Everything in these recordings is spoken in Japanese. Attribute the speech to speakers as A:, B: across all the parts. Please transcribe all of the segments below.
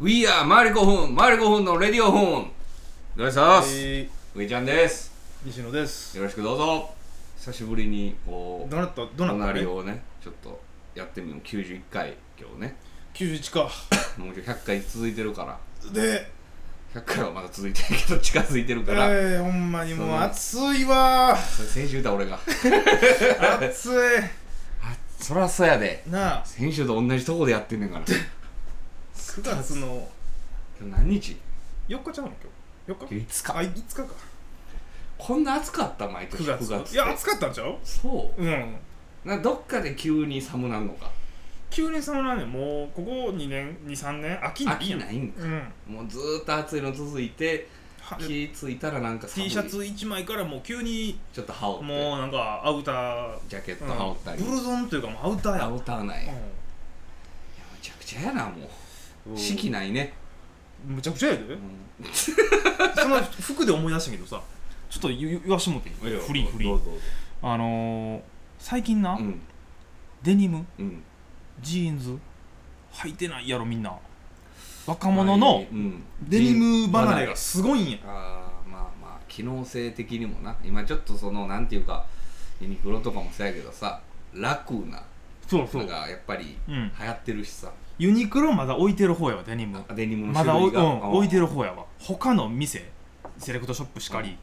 A: We are 周り5分周り5分のレディオフンどうもさす、
B: えー
A: ウイちゃんです
B: 西野です。
A: よろしくどうぞ久しぶりにこう
B: どなたどなた
A: 隣
B: ね。
A: をねちょっとやってみよう91回今日ね
B: 九十一か。
A: もう今日100回続いてるから
B: で、
A: 100回はまだ続いてるけど近づいてる
B: え
A: から、
B: ー、ほんまにも
A: そうの
B: 暑いわー。
A: それ先週だ俺が
B: 暑い。
A: そらそやで
B: なあ、
A: 先週と同じとこでやってんねんから
B: 九月の
A: 今日何日
B: 四日ちゃうの今日。四日？
A: いつ
B: あ、
A: か
B: いつかか。
A: こんな暑かった毎年
B: 九
A: 9
B: 月。
A: 月って
B: いや暑かったんちゃう？
A: そ
B: うん。
A: うなどっかで急に寒なんのか
B: 急にそのなんでもうここ二年二三年秋に
A: 秋ないんか
B: うん。
A: もうずーっと暑いの続いて
B: は
A: 気ついたらなんか寒い
B: T シャツ一枚からもう急に
A: ちょっと羽織って
B: もうなんかアウター。
A: ジャケット
B: うん
A: 羽織ったり、
B: ブルゾンというかもうアウターや。
A: アウターない、いや
B: う
A: むちゃくちゃやなも
B: ん
A: う四季ないね、
B: むちゃくちゃやで。
A: うん
B: その服で思い出したけどさちょっと言う言わしてもっていい
A: いや
B: フリーフリ
A: ど
B: ー
A: うぞどうぞ
B: あのー、最近な、
A: うん
B: デニム
A: うん
B: ジーンズ履いてないやろみんな若者の
A: うん
B: デニム離れ
A: ジーン
B: がすごいんや
A: あーまあまあ機能性的にもな今ちょっとそのなんていうかユニクロとかもそうやけどさ楽な
B: そうそ
A: の
B: う
A: がやっぱり
B: うん
A: 流行ってるしさ、
B: ユニクロまだ置いてる方やわデニム
A: あデニムの
B: まだ
A: 種
B: お、
A: 類
B: うん、
A: が、あー
B: 置いてる方やわ他の店セレクトショップしかり、
A: うん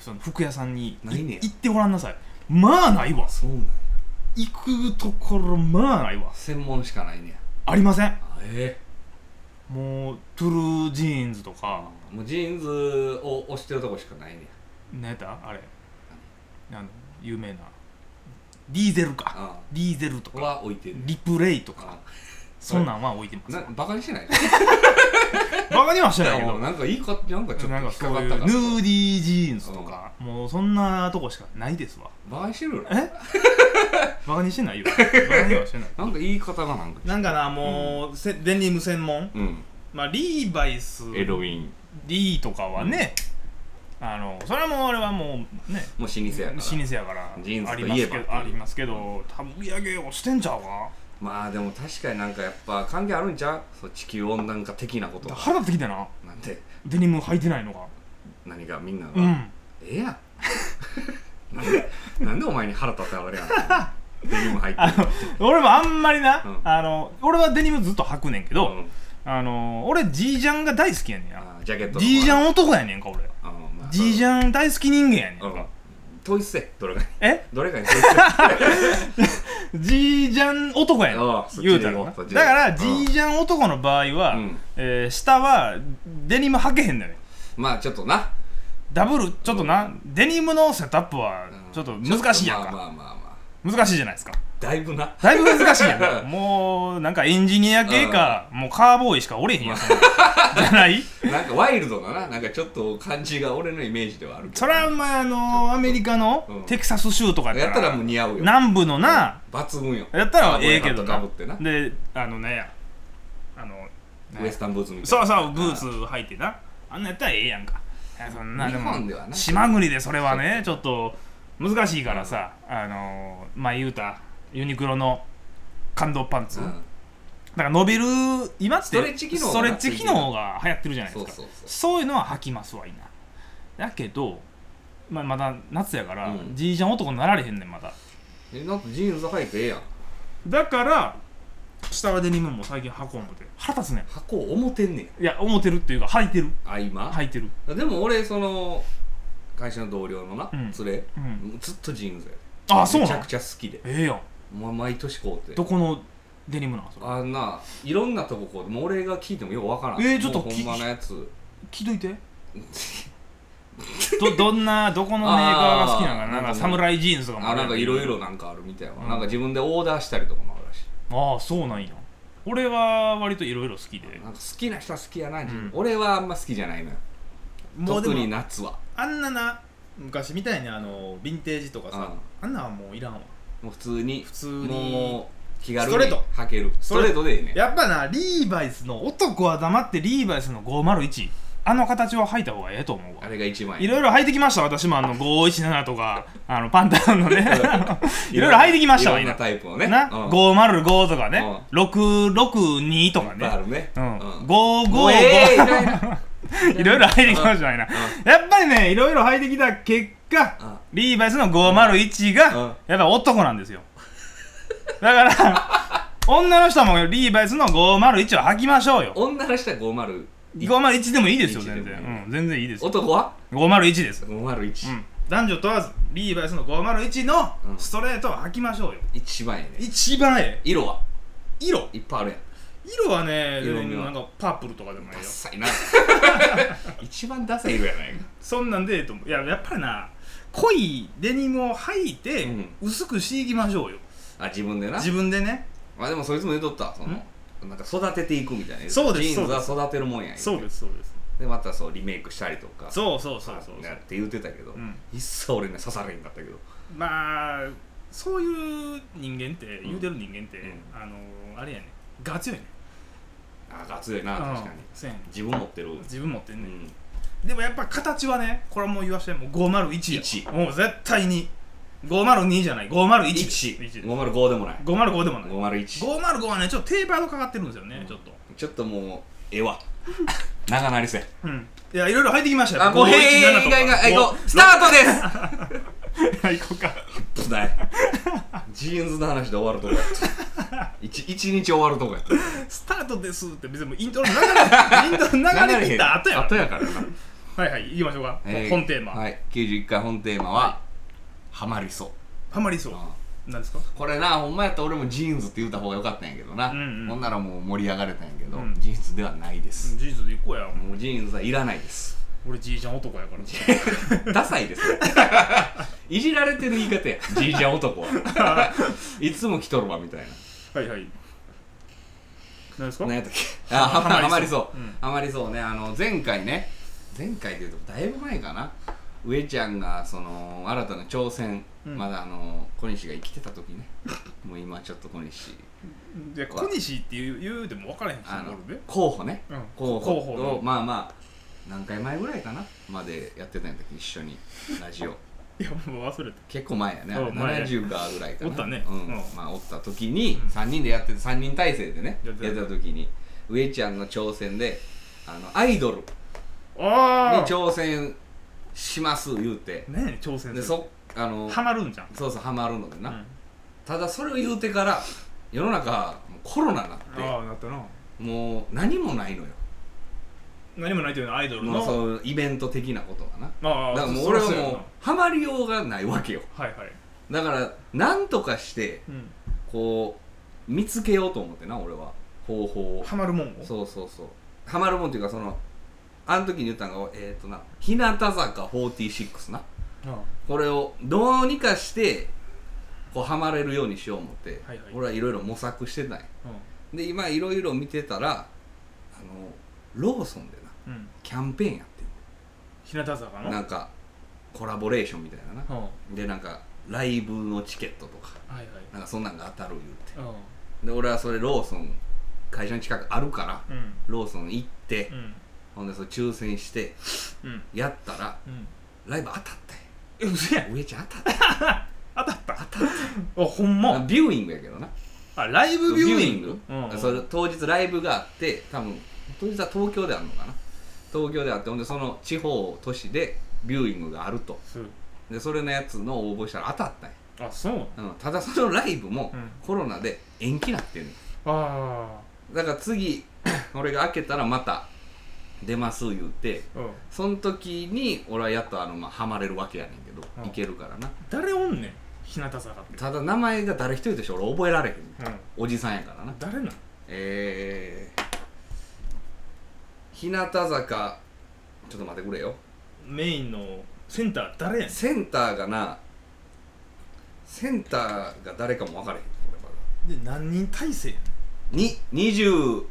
B: その服屋さんにい
A: ないねや
B: 行ってごらんなさいまあないわ
A: そうなんや
B: 行くところまあないわ
A: 専門しかないねや
B: ありません
A: あえ
B: もうトゥルージーンズとか、
A: もうジーンズを押してるとこしかないねや
B: 何やったあれあの有名なディーゼルか
A: あ
B: ディーゼルと
A: ー
B: か
A: は置いてる
B: リプレイと
A: あ
B: かそんなんは置いてます
A: な
B: バ
A: バカにしてない
B: カにはしてないけ
A: も
B: ど
A: う なんかいいかなんかちょっと
B: な
A: 引
B: んか
A: っ
B: そ
A: か
B: う
A: か
B: い
A: っ
B: う
A: た
B: ヌ
A: か
B: ー
A: ら
B: ディージーンズとかもうそんなとこしかないですわ
A: バカにしてるよ
B: えバカにしてな いよバカにはしてない
A: なんか言い方がなんか
B: なんかなもう、せデニム専門
A: うん
B: まあリーバイス
A: エロウィン
B: D とかはね、あのそれはもう俺はもうね
A: もう老舗やから
B: 老舗やから
A: ジーンズ
B: あり
A: と
B: ま
A: いえ
B: す
A: ば
B: けどありますけど多分売り上げをしてんちゃうか
A: まあでも確かになんかやっぱ関係あるんちゃうそう地球温暖化的なことが
B: 腹立ってきてな
A: なんで
B: デニム履いてないのが
A: 何がみんなが、
B: うん
A: ええやん なんでなんでお前に腹立って あれやんデニム入ってる
B: 俺もあんまりな、
A: うん
B: あの俺はデニムずっと履くねんけど、
A: うん
B: あの俺ジージャンが大好きやねんな
A: あージャケット
B: G ジャ
A: ン
B: ン男やねんか俺ジージャン大好き人間やねんか、
A: うん統一せどれかに
B: え
A: どれかに統一せ
B: ジージャン男やねん
A: ああそっちで
B: 言うたらな
A: そっちで
B: だからジ
A: うん
B: ージャン男の場合は、
A: うん
B: えー下はデニム履けへんのよ
A: まあちょっとな
B: ダブルちょっとな、デニムのセットアップは
A: うん
B: ちょっと難しいやんか、
A: まあまあまあまあ
B: 難しいじゃないですか
A: だいぶな
B: だいぶ難しいやんか
A: う
B: もうなんかエンジニア系か、もうカーボーイしかおれへんやんそんなんじゃ ない
A: なんかワイルドだななんかちょっと感じが俺のイメージではあるけど
B: それはまああのーアメリカ
A: う
B: の
A: ん
B: テキサス州とか
A: やったらもう似合うよ
B: 南部のな、
A: 抜群よ
B: やったらええけど
A: カー
B: な
A: ボーイハット被って
B: であのねあの
A: なウエスタンブーツみたいな
B: そうそうブーツ履いてなあんなんやったらええやんかいやそんな
A: 日
B: も
A: 本ではな
B: 島国でそれはねちょっと難しいからさあのーまあ言うたユニクロの感動パンツ、
A: うん
B: だから伸びる今って
A: ストレッチ機能が
B: ストレッチ機能が流行ってるじゃないで
A: そ
B: す
A: う
B: か
A: そうそ
B: そういうのは履きますわいなだけど、まあ、まだ夏やから
A: うん
B: じい、ちゃん男になられへんねんまだ
A: うえなんかジーンズ履いてええやん
B: だから下はデニムも最近履こう思って腹立つね
A: 箱思てんねん
B: んいや思ってるっていうか履いてる
A: あ今、
B: 履いてる
A: でも俺その会社の同僚のな、
B: うん
A: 連れ
B: うん
A: ずっとジーンズや
B: あそう
A: めち
B: な
A: ゃ
B: の
A: くちゃ好きで
B: ええやん
A: もう毎年こうて
B: どこのデニムなんそれ
A: あんないろんなとここうもう俺が聞いてもよくわからん
B: えーちょっと
A: もうほんまのやつ
B: 聞いと いてどどんなどこのメーカーが好きなのかな
A: あー
B: なんか侍ジーンズとかも
A: あなんかいろい
B: ろ
A: ろなんかあるみたいな、
B: うん
A: なんか自分でオーダーしたりとかもあるらしい
B: ああそうなんや俺は割といろいろ好きで
A: なんか好きな人は好きやな、自分
B: うん
A: 俺はあんま好きじゃないのよ特に夏は
B: あんなな昔みたいにあのヴィンテージとか
A: さ
B: あんなはもういらんわ
A: もう普通に
B: 普通
A: もう気軽
B: ストレ
A: に
B: ート
A: 履けるストレートでいいね
B: やっぱなリーバイスの男は黙ってリーバイスの501あの形は履いた方がええと思うわ
A: あれが一番いい
B: いろいろ履いてきました私もあの517とかあのパンタンのねあの いろいろ履いてきましたわ
A: いろん
B: 今
A: なタイプをね
B: な、
A: うん
B: 505とかね、662とか
A: いっぱいあ
B: ね、
A: るね
B: うん、
A: うんもうええ
B: 555、いろいろ履いてきましたわいな、
A: う
B: やっぱりねいろいろ履いてきた結果、
A: うん
B: リーバイスの501が、
A: うん
B: やっぱ男なんですよだから女の人もリーバイスの501を履きましょうよ
A: 女の人は501
B: 501でもいいですよ
A: 1
B: 全然、
A: でも
B: うん、全然いいですよ
A: 男は
B: 501です、
A: 501、
B: うん、男女問わずリーバイスの501の
A: うん
B: ストレートを履きましょうよ、
A: 一番やね
B: 一番ええ
A: 色は
B: 色
A: いっぱいあるやん
B: 色はね
A: 色味は
B: なんかパープルとかでもいい
A: ダ
B: よ
A: サい な 一番ダサい色やないか
B: そんなんでええと思ういややっぱりな濃いデニムを履いて、
A: うん
B: 薄くしていきましょうよ
A: あ自分でな
B: 自分でね
A: まあでもそいつも言うとったその
B: ん
A: なんか育てていくみたいな
B: そうです
A: ジーンズ
B: そ
A: は育てるもんやん
B: そうですそうです
A: でまたそうリメイクしたりとか
B: そうそうそうそう
A: なって言ってたけど、
B: うん
A: 一切俺には刺されへんかったけど
B: まあそういう人間って言うてる人間って、
A: うん
B: あのあれやねガ強いね
A: あが強いな確かに
B: うんそうやね
A: 自分持ってる
B: 自分持って
A: うん
B: ね、
A: ん
B: でもやっぱ形はねこれはもう言わしてもう501
A: 1
B: やもう絶対に502じゃない501です
A: 1
B: 1
A: 505でもない
B: 505でもない
A: 501
B: 505はねちょっとテーパードかかってるんですよね、ちょっと
A: ちょっともうえ えわ長なりせ
B: うんいやいろいろ履いてきましたよ
A: あもうへえ以外があ行こうスタートです
B: ト行こうか
A: つないジーンズの話で終わるとこや った一一日終わるとこやった
B: スタートですって別にもうイントロの流れイントロの流れ切った後や
A: 後やからな、
B: はいはい行きましょうか、
A: えー
B: 本テーマ、
A: はい91回本テーマは、ハマりそ
B: ハマりそう
A: う、
B: なんですか
A: これなほんまやったら俺もジーンズって言った方がよかったんやけどな、
B: うんうん
A: ほんならもう盛り上がれたんやけど、
B: うん
A: ジーンズではないです、
B: 事実で行こうや
A: もうジーンズはいらないです
B: 俺じいちゃん男やから
A: ダサいです いじられてる言い方やじいちゃん男はいつも着とるわみたいな
B: はいはいなんですか、
A: 何やったっけあ
B: ハマりそう
A: ハマりそう
B: うん
A: ハマりそうねあの前回ね前回でいうとだいぶ前かな上ちゃんがその新たな挑戦、
B: うん
A: まだあの小西が生きてた 時ねもう今ちょっと小西
B: で小西っていう言うでも分からへんし
A: あの
B: 俺ね
A: 候補ね、
B: うん
A: 候
B: 候
A: 補
B: 補
A: を
B: の
A: まあまあ何回前ぐらいかなまでやってたんやったっけ一緒にラジオ
B: いやもう忘れて
A: 結構前やねあれ
B: うん前
A: 70かぐらいかな
B: おったね
A: うん
B: うん
A: まあおった時に
B: うん
A: 3人でやってて3人体制でね
B: や
A: や
B: っ
A: って
B: たやって
A: た時に上ちゃんの挑戦であのアイドルに
B: ああ
A: 挑戦します言うて
B: ねえ挑戦
A: です
B: る
A: そあの
B: ハマるんじゃん、
A: そうそうハマるのでな、
B: うん
A: ただそれを言うてから世の中もうコロナになっ
B: ああなったな
A: てもう何もないのよ
B: 何もないというのはアイドル
A: もう
B: の
A: そうイベント的なことがなだ
B: ああ
A: からもう
B: そ
A: 俺
B: ら
A: は
B: そうや
A: も
B: な
A: うハマりようがないわけよ
B: はいはい、
A: だから何とかして
B: うん、
A: こう見つけようと思ってな俺は方法を
B: ハマるもんを
A: そうそうそうハマるもんっていうかそのあの時に言ったのがえっ、ー、とな日向坂46な
B: ああ
A: これをどうにかしてこうハマれるようにしよう思って、
B: はいはい
A: 俺はいろいろ模索してたんや
B: う、
A: で今いろいろ見てたらあのローソンでなん
B: うん、
A: キャンペーンやって
B: 日向坂の
A: んなんかコラボレーションみたいなな
B: うん、は
A: でなんかライブのチケットとか
B: いはい
A: なんかそんなんが当たる言うて
B: うん
A: で俺はそれローソン会社の近くあるから
B: うん
A: ローソン行って、
B: うん
A: ほんでそれ抽選して
B: うん
A: やったら
B: うん
A: ライブ当たった
B: え嘘やん
A: ん上ちゃん当たっ
B: 当たった当たったあほんま
A: たビューイングやけどな
B: あライブビューイングうん
A: それ当日ライブがあって多分当日は東京であるのかな東京であってほんでその地方都市でビューイングがあると
B: そう
A: でそれのやつの応募したら当たったんや
B: あそう
A: うん、ただそのライブも
B: うん
A: コロナで延期なってんねん
B: あ
A: だから 次俺が開けたらまた出ます言うて
B: あうん
A: その時に俺はやっとあの、まあ、ハマれるわけやねんけど、
B: うん
A: いけるからな
B: 誰おんねん日向坂って
A: ただ名前が誰一人として俺覚えられへん、
B: うん
A: おじさんやからな
B: 誰なん
A: えー、日向坂ちょっと待ってくれよ
B: メインのセンター誰やね
A: センターがなセンターが誰かも分からへん俺まだ
B: んで何人体制やねん
A: に20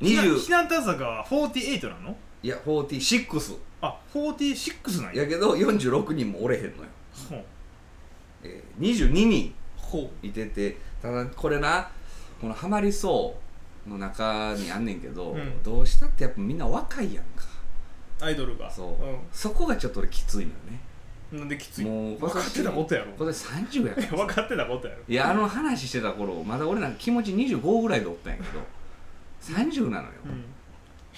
A: 20
B: ひな日向坂は48なの
A: いや46
B: あ46なんや
A: やけど46人もおれへんのよ、
B: ほう
A: えー22人
B: ほ
A: いててただこれなこのハマりそうの中にあんねんけど、
B: うん
A: どうしたってやっぱみんな若いやんか
B: アイドルが
A: そう、そこがちょっと俺きついのよね
B: うん、なんできつい
A: もう
B: 分かってたことやろ
A: 今年30やから
B: 分かってた ことやろ
A: いやあの話してた頃まだ俺なんか気持ち25ぐらいでおったんやけど30なのよ、
B: うん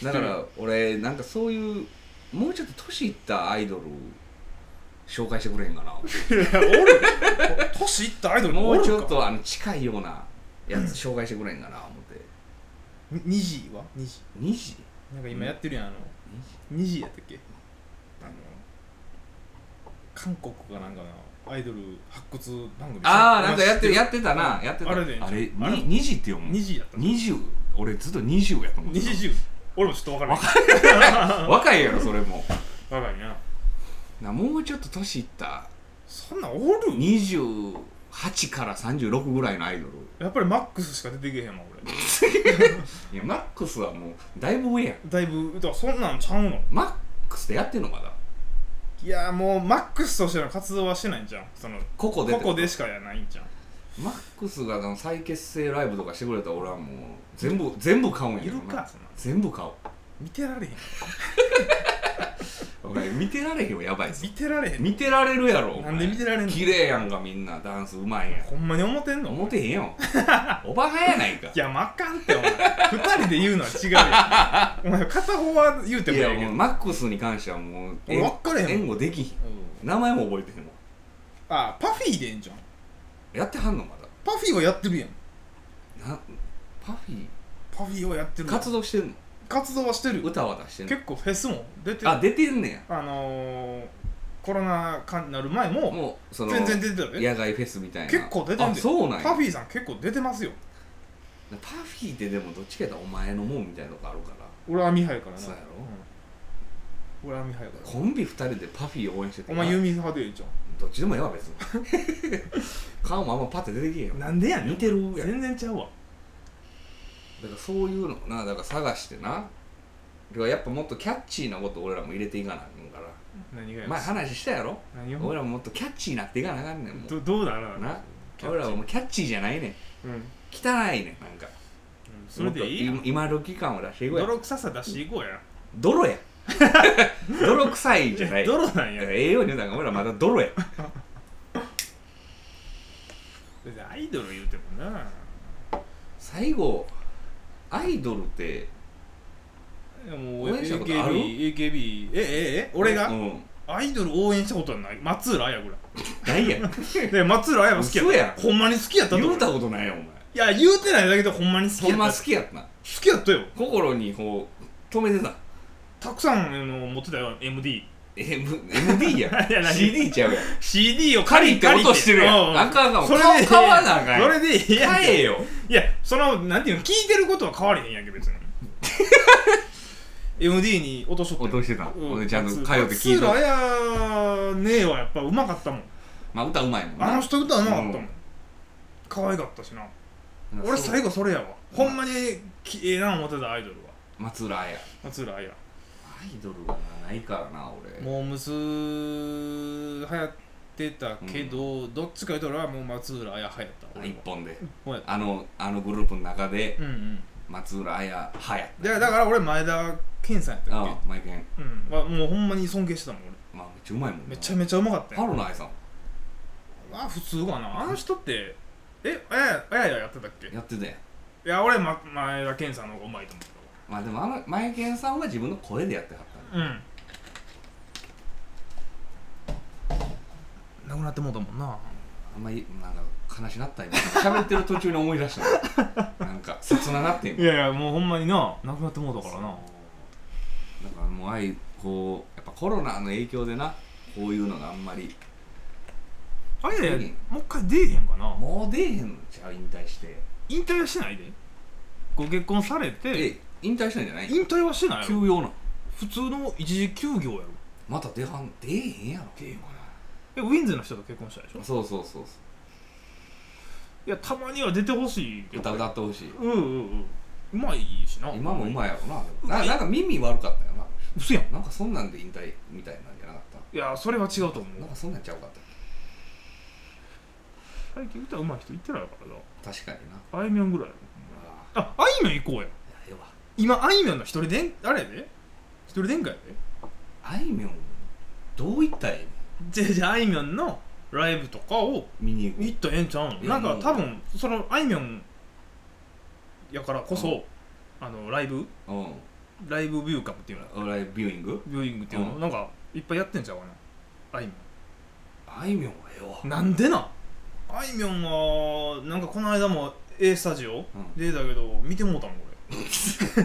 A: だから俺なんかそういうもうちょっと年いったアイドル紹介してくれへんかな
B: いや おる 年いったアイドル
A: も
B: おる
A: う
B: か
A: ちょっとあの近いようなやつ紹介してくれへんかな思って
B: に二時は二時
A: 2時
B: なんか今やってるやんあの二時やったっけあの韓国かなんかのアイドル発掘番組
A: ああなんかやってや
B: っ
A: ってたな
B: うん
A: やってた
B: あれで
A: あれに
B: あれ
A: 2時って読む
B: 二時やった
A: 20俺ずっと20やと思って
B: 二
A: た
B: 時十俺もちょっと分からない
A: 若いやろそれも
B: 若いな
A: なもうちょっと年いった
B: そんなんおる
A: 28から36ぐらいのアイドル
B: やっぱりマックスしか出てけへんわ俺
A: いやマックスはもうだいぶ上やん
B: だいぶだからそんなんちゃうの
A: マックスってやってんのまだ
B: いやもうマックスとしての活動はしてないんじゃんその
A: ここで
B: こ
A: って
B: こ
A: と
B: でしかやないんじゃん
A: マックスがあの再結成ライブとかしてくれたら俺はもう全部全部買うんやけどない
B: るかそんな
A: 全部買おう
B: 見てられへん
A: 俺 見てられへんよやばいぞ
B: 見てられへん
A: 見てられるやろお前
B: なんで見てられんの
A: 綺麗やんかみんなダンスうまいやん
B: ほんまに思ってんの
A: 思てへん よおばはんやないか
B: いやまあかんってお前二人で言うのは違うよお前片方は言うて
A: い
B: も
A: や
B: やけ
A: もう
B: ど
A: マックスに関してはもう
B: 俺
A: え
B: 分かれへんもん
A: 援護できひん名前も覚えてへんもん
B: あパフィーでええんじゃん
A: やってはんのま
B: パフィーはやってるやん
A: だなパフィ
B: パフィーはやってるやん
A: 活動してんの
B: 活動はしてる
A: 歌は出してんの
B: 結構フェスも出てる
A: あ出てんね
B: あのー、コロナ禍になる前
A: や
B: も
A: もうその
B: 全然出てたよね
A: 野外フェスみたいな
B: 結構出てん
A: あ
B: で
A: そうなんや
B: パフィーさん結構出てますよ
A: パフィーってでもどっちかやったらお前のもんみたいなとこあるから
B: 俺はミハイからな
A: そうやろ
B: うん俺はミハイから
A: コンビ2人でパフィー応援してて
B: お前ユーミン派でええじゃ
A: どっちでもええわ別に顔もあんまパッて出てきへんよ
B: んなんでや
A: 似てるやんだか
B: 全然ちゃうわ
A: らそういうのをなだから探してなではやっぱもっとキャッチーなこと俺らも入れていかなあかんから
B: 何がや
A: 前話したやろ
B: 何
A: 俺
B: を
A: らももっとキャッチーになっていかなあかんねんも
B: どどうだろ
A: う
B: う
A: な
B: キャッチー
A: 俺らはもうキャッチーじゃないねん
B: うんうん
A: 汚いねんなんか
B: それでいいや
A: もっ
B: ん
A: と今時感を出していこうや
B: 泥臭さ出していこうや
A: 泥や 泥臭いじゃない
B: 泥なん
A: い
B: や
A: や
B: だ
A: 栄養入団が俺らまだ泥や
B: ってアイドル言うてもな
A: 最後アイドルって
B: いやもう
A: 応援したことある
B: AKB AKB えええ俺が、
A: うん
B: アイドル応援したことはない松浦綾ぐら
A: ない やん
B: いで松浦綾も好きやった
A: 嘘やん
B: ほんまに好きやったと
A: 言
B: 思
A: うたことないよお前
B: いや言うてないだけでほんまに好き
A: ほん
B: やった
A: ま
B: 好
A: 好きやったな
B: きやったよ
A: 心にこう止めてた
B: たくさんあの持ってたよ MD
A: M- MD
B: いや
A: やん
B: 何
A: CD ちゃうやん
B: CD を
A: 借りて落としてるや
B: うんん
A: あかんあかん
B: それで
A: 買買わなあかんや
B: そ
A: ん
B: れでいいやん
A: 買えよ
B: いやそのなんていうの聞いてることは変わりへんやんけ別 に MD に落とし
A: 落
B: とった
A: と
B: よ
A: してた
B: うん
A: 俺ちゃんと通って聞い
B: 松
A: た
B: 浦綾ねえはやっぱうまかったもん
A: まあ歌うまいもん
B: あの人歌うまかったもん、
A: うん
B: 可愛かったしな俺最
A: 後
B: 後それやわほんまにきええな思ってたアイドルは
A: 松浦綾
B: 松浦綾
A: アイドルはないからな俺
B: モームス流行ってたけど、どっちか言うと俺はもう松浦綾派やった俺
A: 一
B: は
A: 本で
B: ほんやった
A: あのあのグループの中で
B: うんうん
A: 松浦綾はや
B: でだから俺前田健さんやったっ
A: ああマイケン
B: けうんはもうほんまに尊敬してたもん
A: まあめっちゃうまいもんな
B: 俺めちゃめちゃうまかった
A: ハ
B: よ
A: ロの愛さん
B: あ普通かなあの人ってえあやあやややってたっけい
A: やってたやん
B: や俺、ま、前田健さんの方がうまいと思って
A: まあでもあのマイケンさんは自分の声でやってはったんだ
B: たわうんなくなってもうたもんな
A: あんまりなんか悲しなった今喋ってる途中に思い出した のなんか切ななってん
B: いやいやもうほんまにななくなってもうたからな
A: だからもうああいうこうやっぱコロナの影響でなこういうのがあんまり
B: あやや
A: うん
B: もう一回出えへんかな
A: もう出えへんのちゃう引退して
B: 引退はしてないでご結婚されて
A: え引退したんじゃない
B: 引退はしてないや
A: 休
B: ろ
A: 養なの
B: 普通の一時休業やろ
A: また出はん出えへんやろ
B: えウィンズの人と結婚したでしょ
A: そうそうそうそう
B: いやたまには出てほしいけ
A: 歌
B: ど
A: 歌ってほしい
B: うんうんうんうまいしな
A: 今もうまいやろ
B: う
A: な
B: ま
A: ないなんか耳悪かったよな
B: 嘘やん
A: なんかそんなんで引退みたいなんじゃなかっ
B: いやそれは違うと思
A: たなん
B: う
A: かそんなんちゃうかった
B: 最近歌うまい人いってないから
A: 確かにな
B: なあいみょんぐらいやろ
A: あ
B: ああいみょん行こうや
A: ええわ
B: 今あいみょんの一人でんあれやで一人殿下やで
A: あいみょんどういったらええね
B: じゃあじゃああいみょんのライブとかを
A: ん見に行く
B: 行ったらええんちゃう
A: い
B: の
A: や
B: なんか
A: もう
B: 多分そのあいみょんやからこそ、あのライブ
A: う
B: ライブビューカムっていうの
A: んライブビューイング
B: ビューイングっていうの、
A: うん
B: なんかいっぱいやってんちゃうかなあいみ
A: あいみょんはええわ
B: ょんなんでなんあいみょんはなんかこの間も A スタジオ
A: うん
B: でだけど見てもうたんこ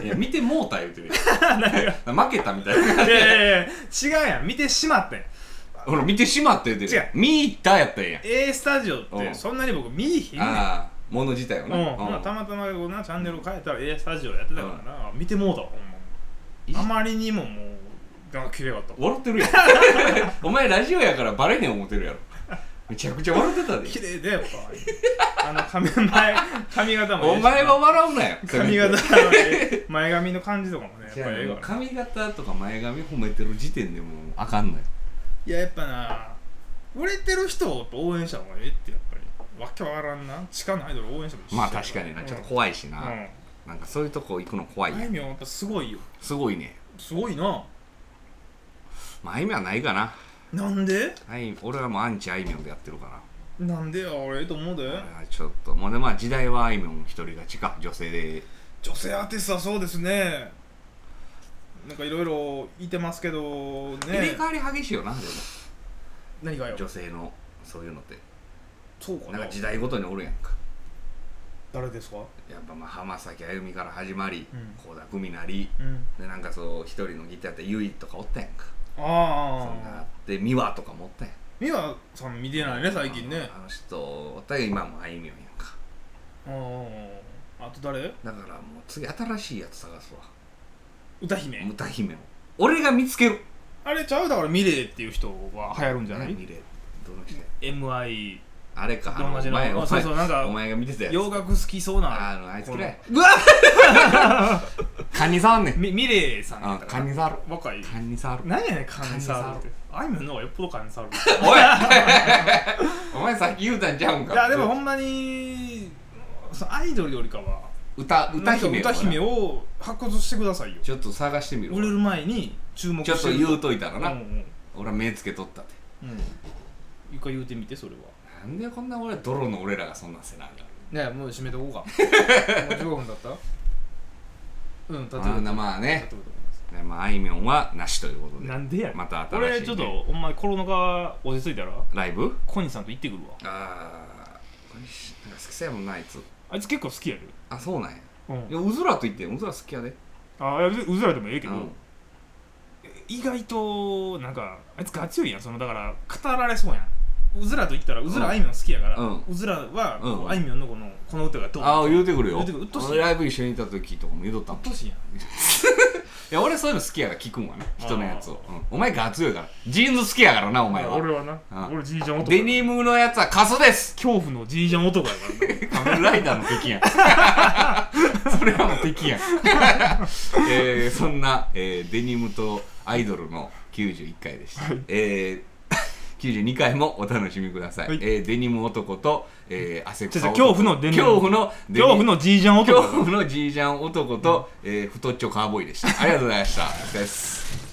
A: いや見てもうた言うてる
B: れ なんか
A: やん負けたみたいない
B: やいやいや違うやん見てしまってん
A: 俺見てしまった言うてるやん
B: 違う
A: 見入ったやったんや
B: A スタジオっ
A: う
B: て
A: ん
B: そんなに僕見いひんねん
A: ああもの自体は
B: うん
A: な
B: まあたまたまこうなチャンネル変えたら A スタジオやってたからな、見てもうたわほんまあまりにももうなんか綺麗かった
A: 笑ってる やんお前ラジオやからバレねえ思ってるやろめちゃくちゃ笑ってたで
B: 綺麗でやっぱあの髪 前髪型もええし
A: お前は笑うなよ
B: 髪型もええ前髪の感じとかもねやっぱ
A: じゃあ
B: りええから
A: 髪型とか前髪褒めてる時点でもうあかんのよ
B: いややっぱな売れてる人をやっぱ応援した方がええってやっぱりわけわからんな地下のアイドル応援しても一緒
A: まあ確かになちょっと怖いしな、
B: うんうん
A: なんかそういうとこ行くの怖い
B: あいみょんやっぱすごいよ
A: すごいね
B: すごいな
A: まああいみょんはないかな
B: なんで
A: あい俺はもうアンチあいみょんでやってるから
B: なんでや俺ええと思うで
A: あーちょっともうでまあ時代はあいみょん一人勝ちか女性で
B: 女性アーティストはそうですねなんかいろいろいてますけど
A: 入れ
B: ね
A: 替わり激しいよなでも
B: 何がよ
A: 女性のそういうのって
B: そうか
A: な
B: なん
A: か時代ごとにおるやんか
B: 誰ですか
A: やっぱまあ浜崎あゆみから始まり
B: うん
A: 倖、田來未なり
B: うん
A: でなんかそう一人のギターやってゆいとかおったやんかそんなあ
B: ああ
A: って美和とかもおったやん
B: 美和さん見てないね最近ね
A: あの人おったやん今もあいみょんやんか
B: あああと誰
A: だからもう次新しいやつ探すわ
B: 歌姫
A: 歌姫を俺が見つける
B: あれちゃうだからミレーっていう人は流行るんじゃない
A: 見れどの人や
B: ?MI
A: あれかあ
B: ローマ字
A: のお
B: の
A: 前お
B: あ
A: 前
B: そうそうなん
A: お
B: か
A: 前が見てたやつ
B: 洋楽好きそうな
A: あのあいつくらい
B: こ
A: うわ カニさんね
B: の
A: ん
B: ミミレーさんや
A: あ
B: ったか
A: カ
B: な
A: ニさる
B: 若い
A: カニさる
B: 何やねんカンサーってあいみょんの方がよっぽどカンサーって
A: おいお前さっき言うたんちゃうんか
B: いやでもほんまにそのアイドルよりかは
A: 歌歌姫
B: 歌姫
A: を
B: を発掘してくださいよ
A: ちょっと探してみ
B: 売れる
A: る
B: 前に注目
A: ちょっと言うといたら
B: う
A: な、
B: んうん
A: 俺は目つけとったって
B: うん一回言うてみてそれは
A: なんでこんな俺泥の俺らがそんなせなあかん
B: ねえもう締めとこ うかもう15分だったうん例え
A: あんな
B: ば
A: まあ
B: 例え
A: ね
B: ばと思います
A: ねまああいみょんはなしということで
B: なんでやねん
A: また新しい、ね、
B: 俺ちょっとほんまコロナ禍落ち着いたら
A: ライブ
B: コニーさんと行ってくるわ
A: ああこれしなんか好きそうやもんなあいつ
B: あいつ結構好きやで
A: あそうなんや
B: うん
A: いやうずらと言ってんうずら好きやで
B: あいや別にうずらでもええけ
A: う
B: ど、
A: ん
B: 意外となんかあいつガチよいやんそのだから語られそうやんうずらと言ったらうずらあいみょん好きやから、
A: うん
B: ずらはこう
A: うん
B: あいみょんのこのこの歌がどう
A: ああ言うてくるよ
B: 言うてくるうっとうしい
A: 俺ライブ一緒にいた時とかも言うとったもん
B: うっとうしいやん
A: いや俺そういうの好きやから聞くんわね人のやつを、うんお前ガ強いからジーンズ好きやからなお前は
B: 俺はな
A: うん
B: 俺じいちゃん男
A: デニムのやつはカスです
B: 恐怖のじいちゃん男やからな
A: 仮面ライダーの敵 やんそれはもう敵やん、えー、そんな、えーデニムとアイドルの91回でした、えー92回もお楽しみください、
B: はい
A: えーデニム男と、えー、汗草
B: ちょ
A: 男
B: ちょ恐怖のデニム
A: 恐怖のデニ
B: 恐怖のじいちゃん男やから
A: 恐怖のジージャン男と、えー太っちょカーボーイでしたありがとうございましたお疲れ様です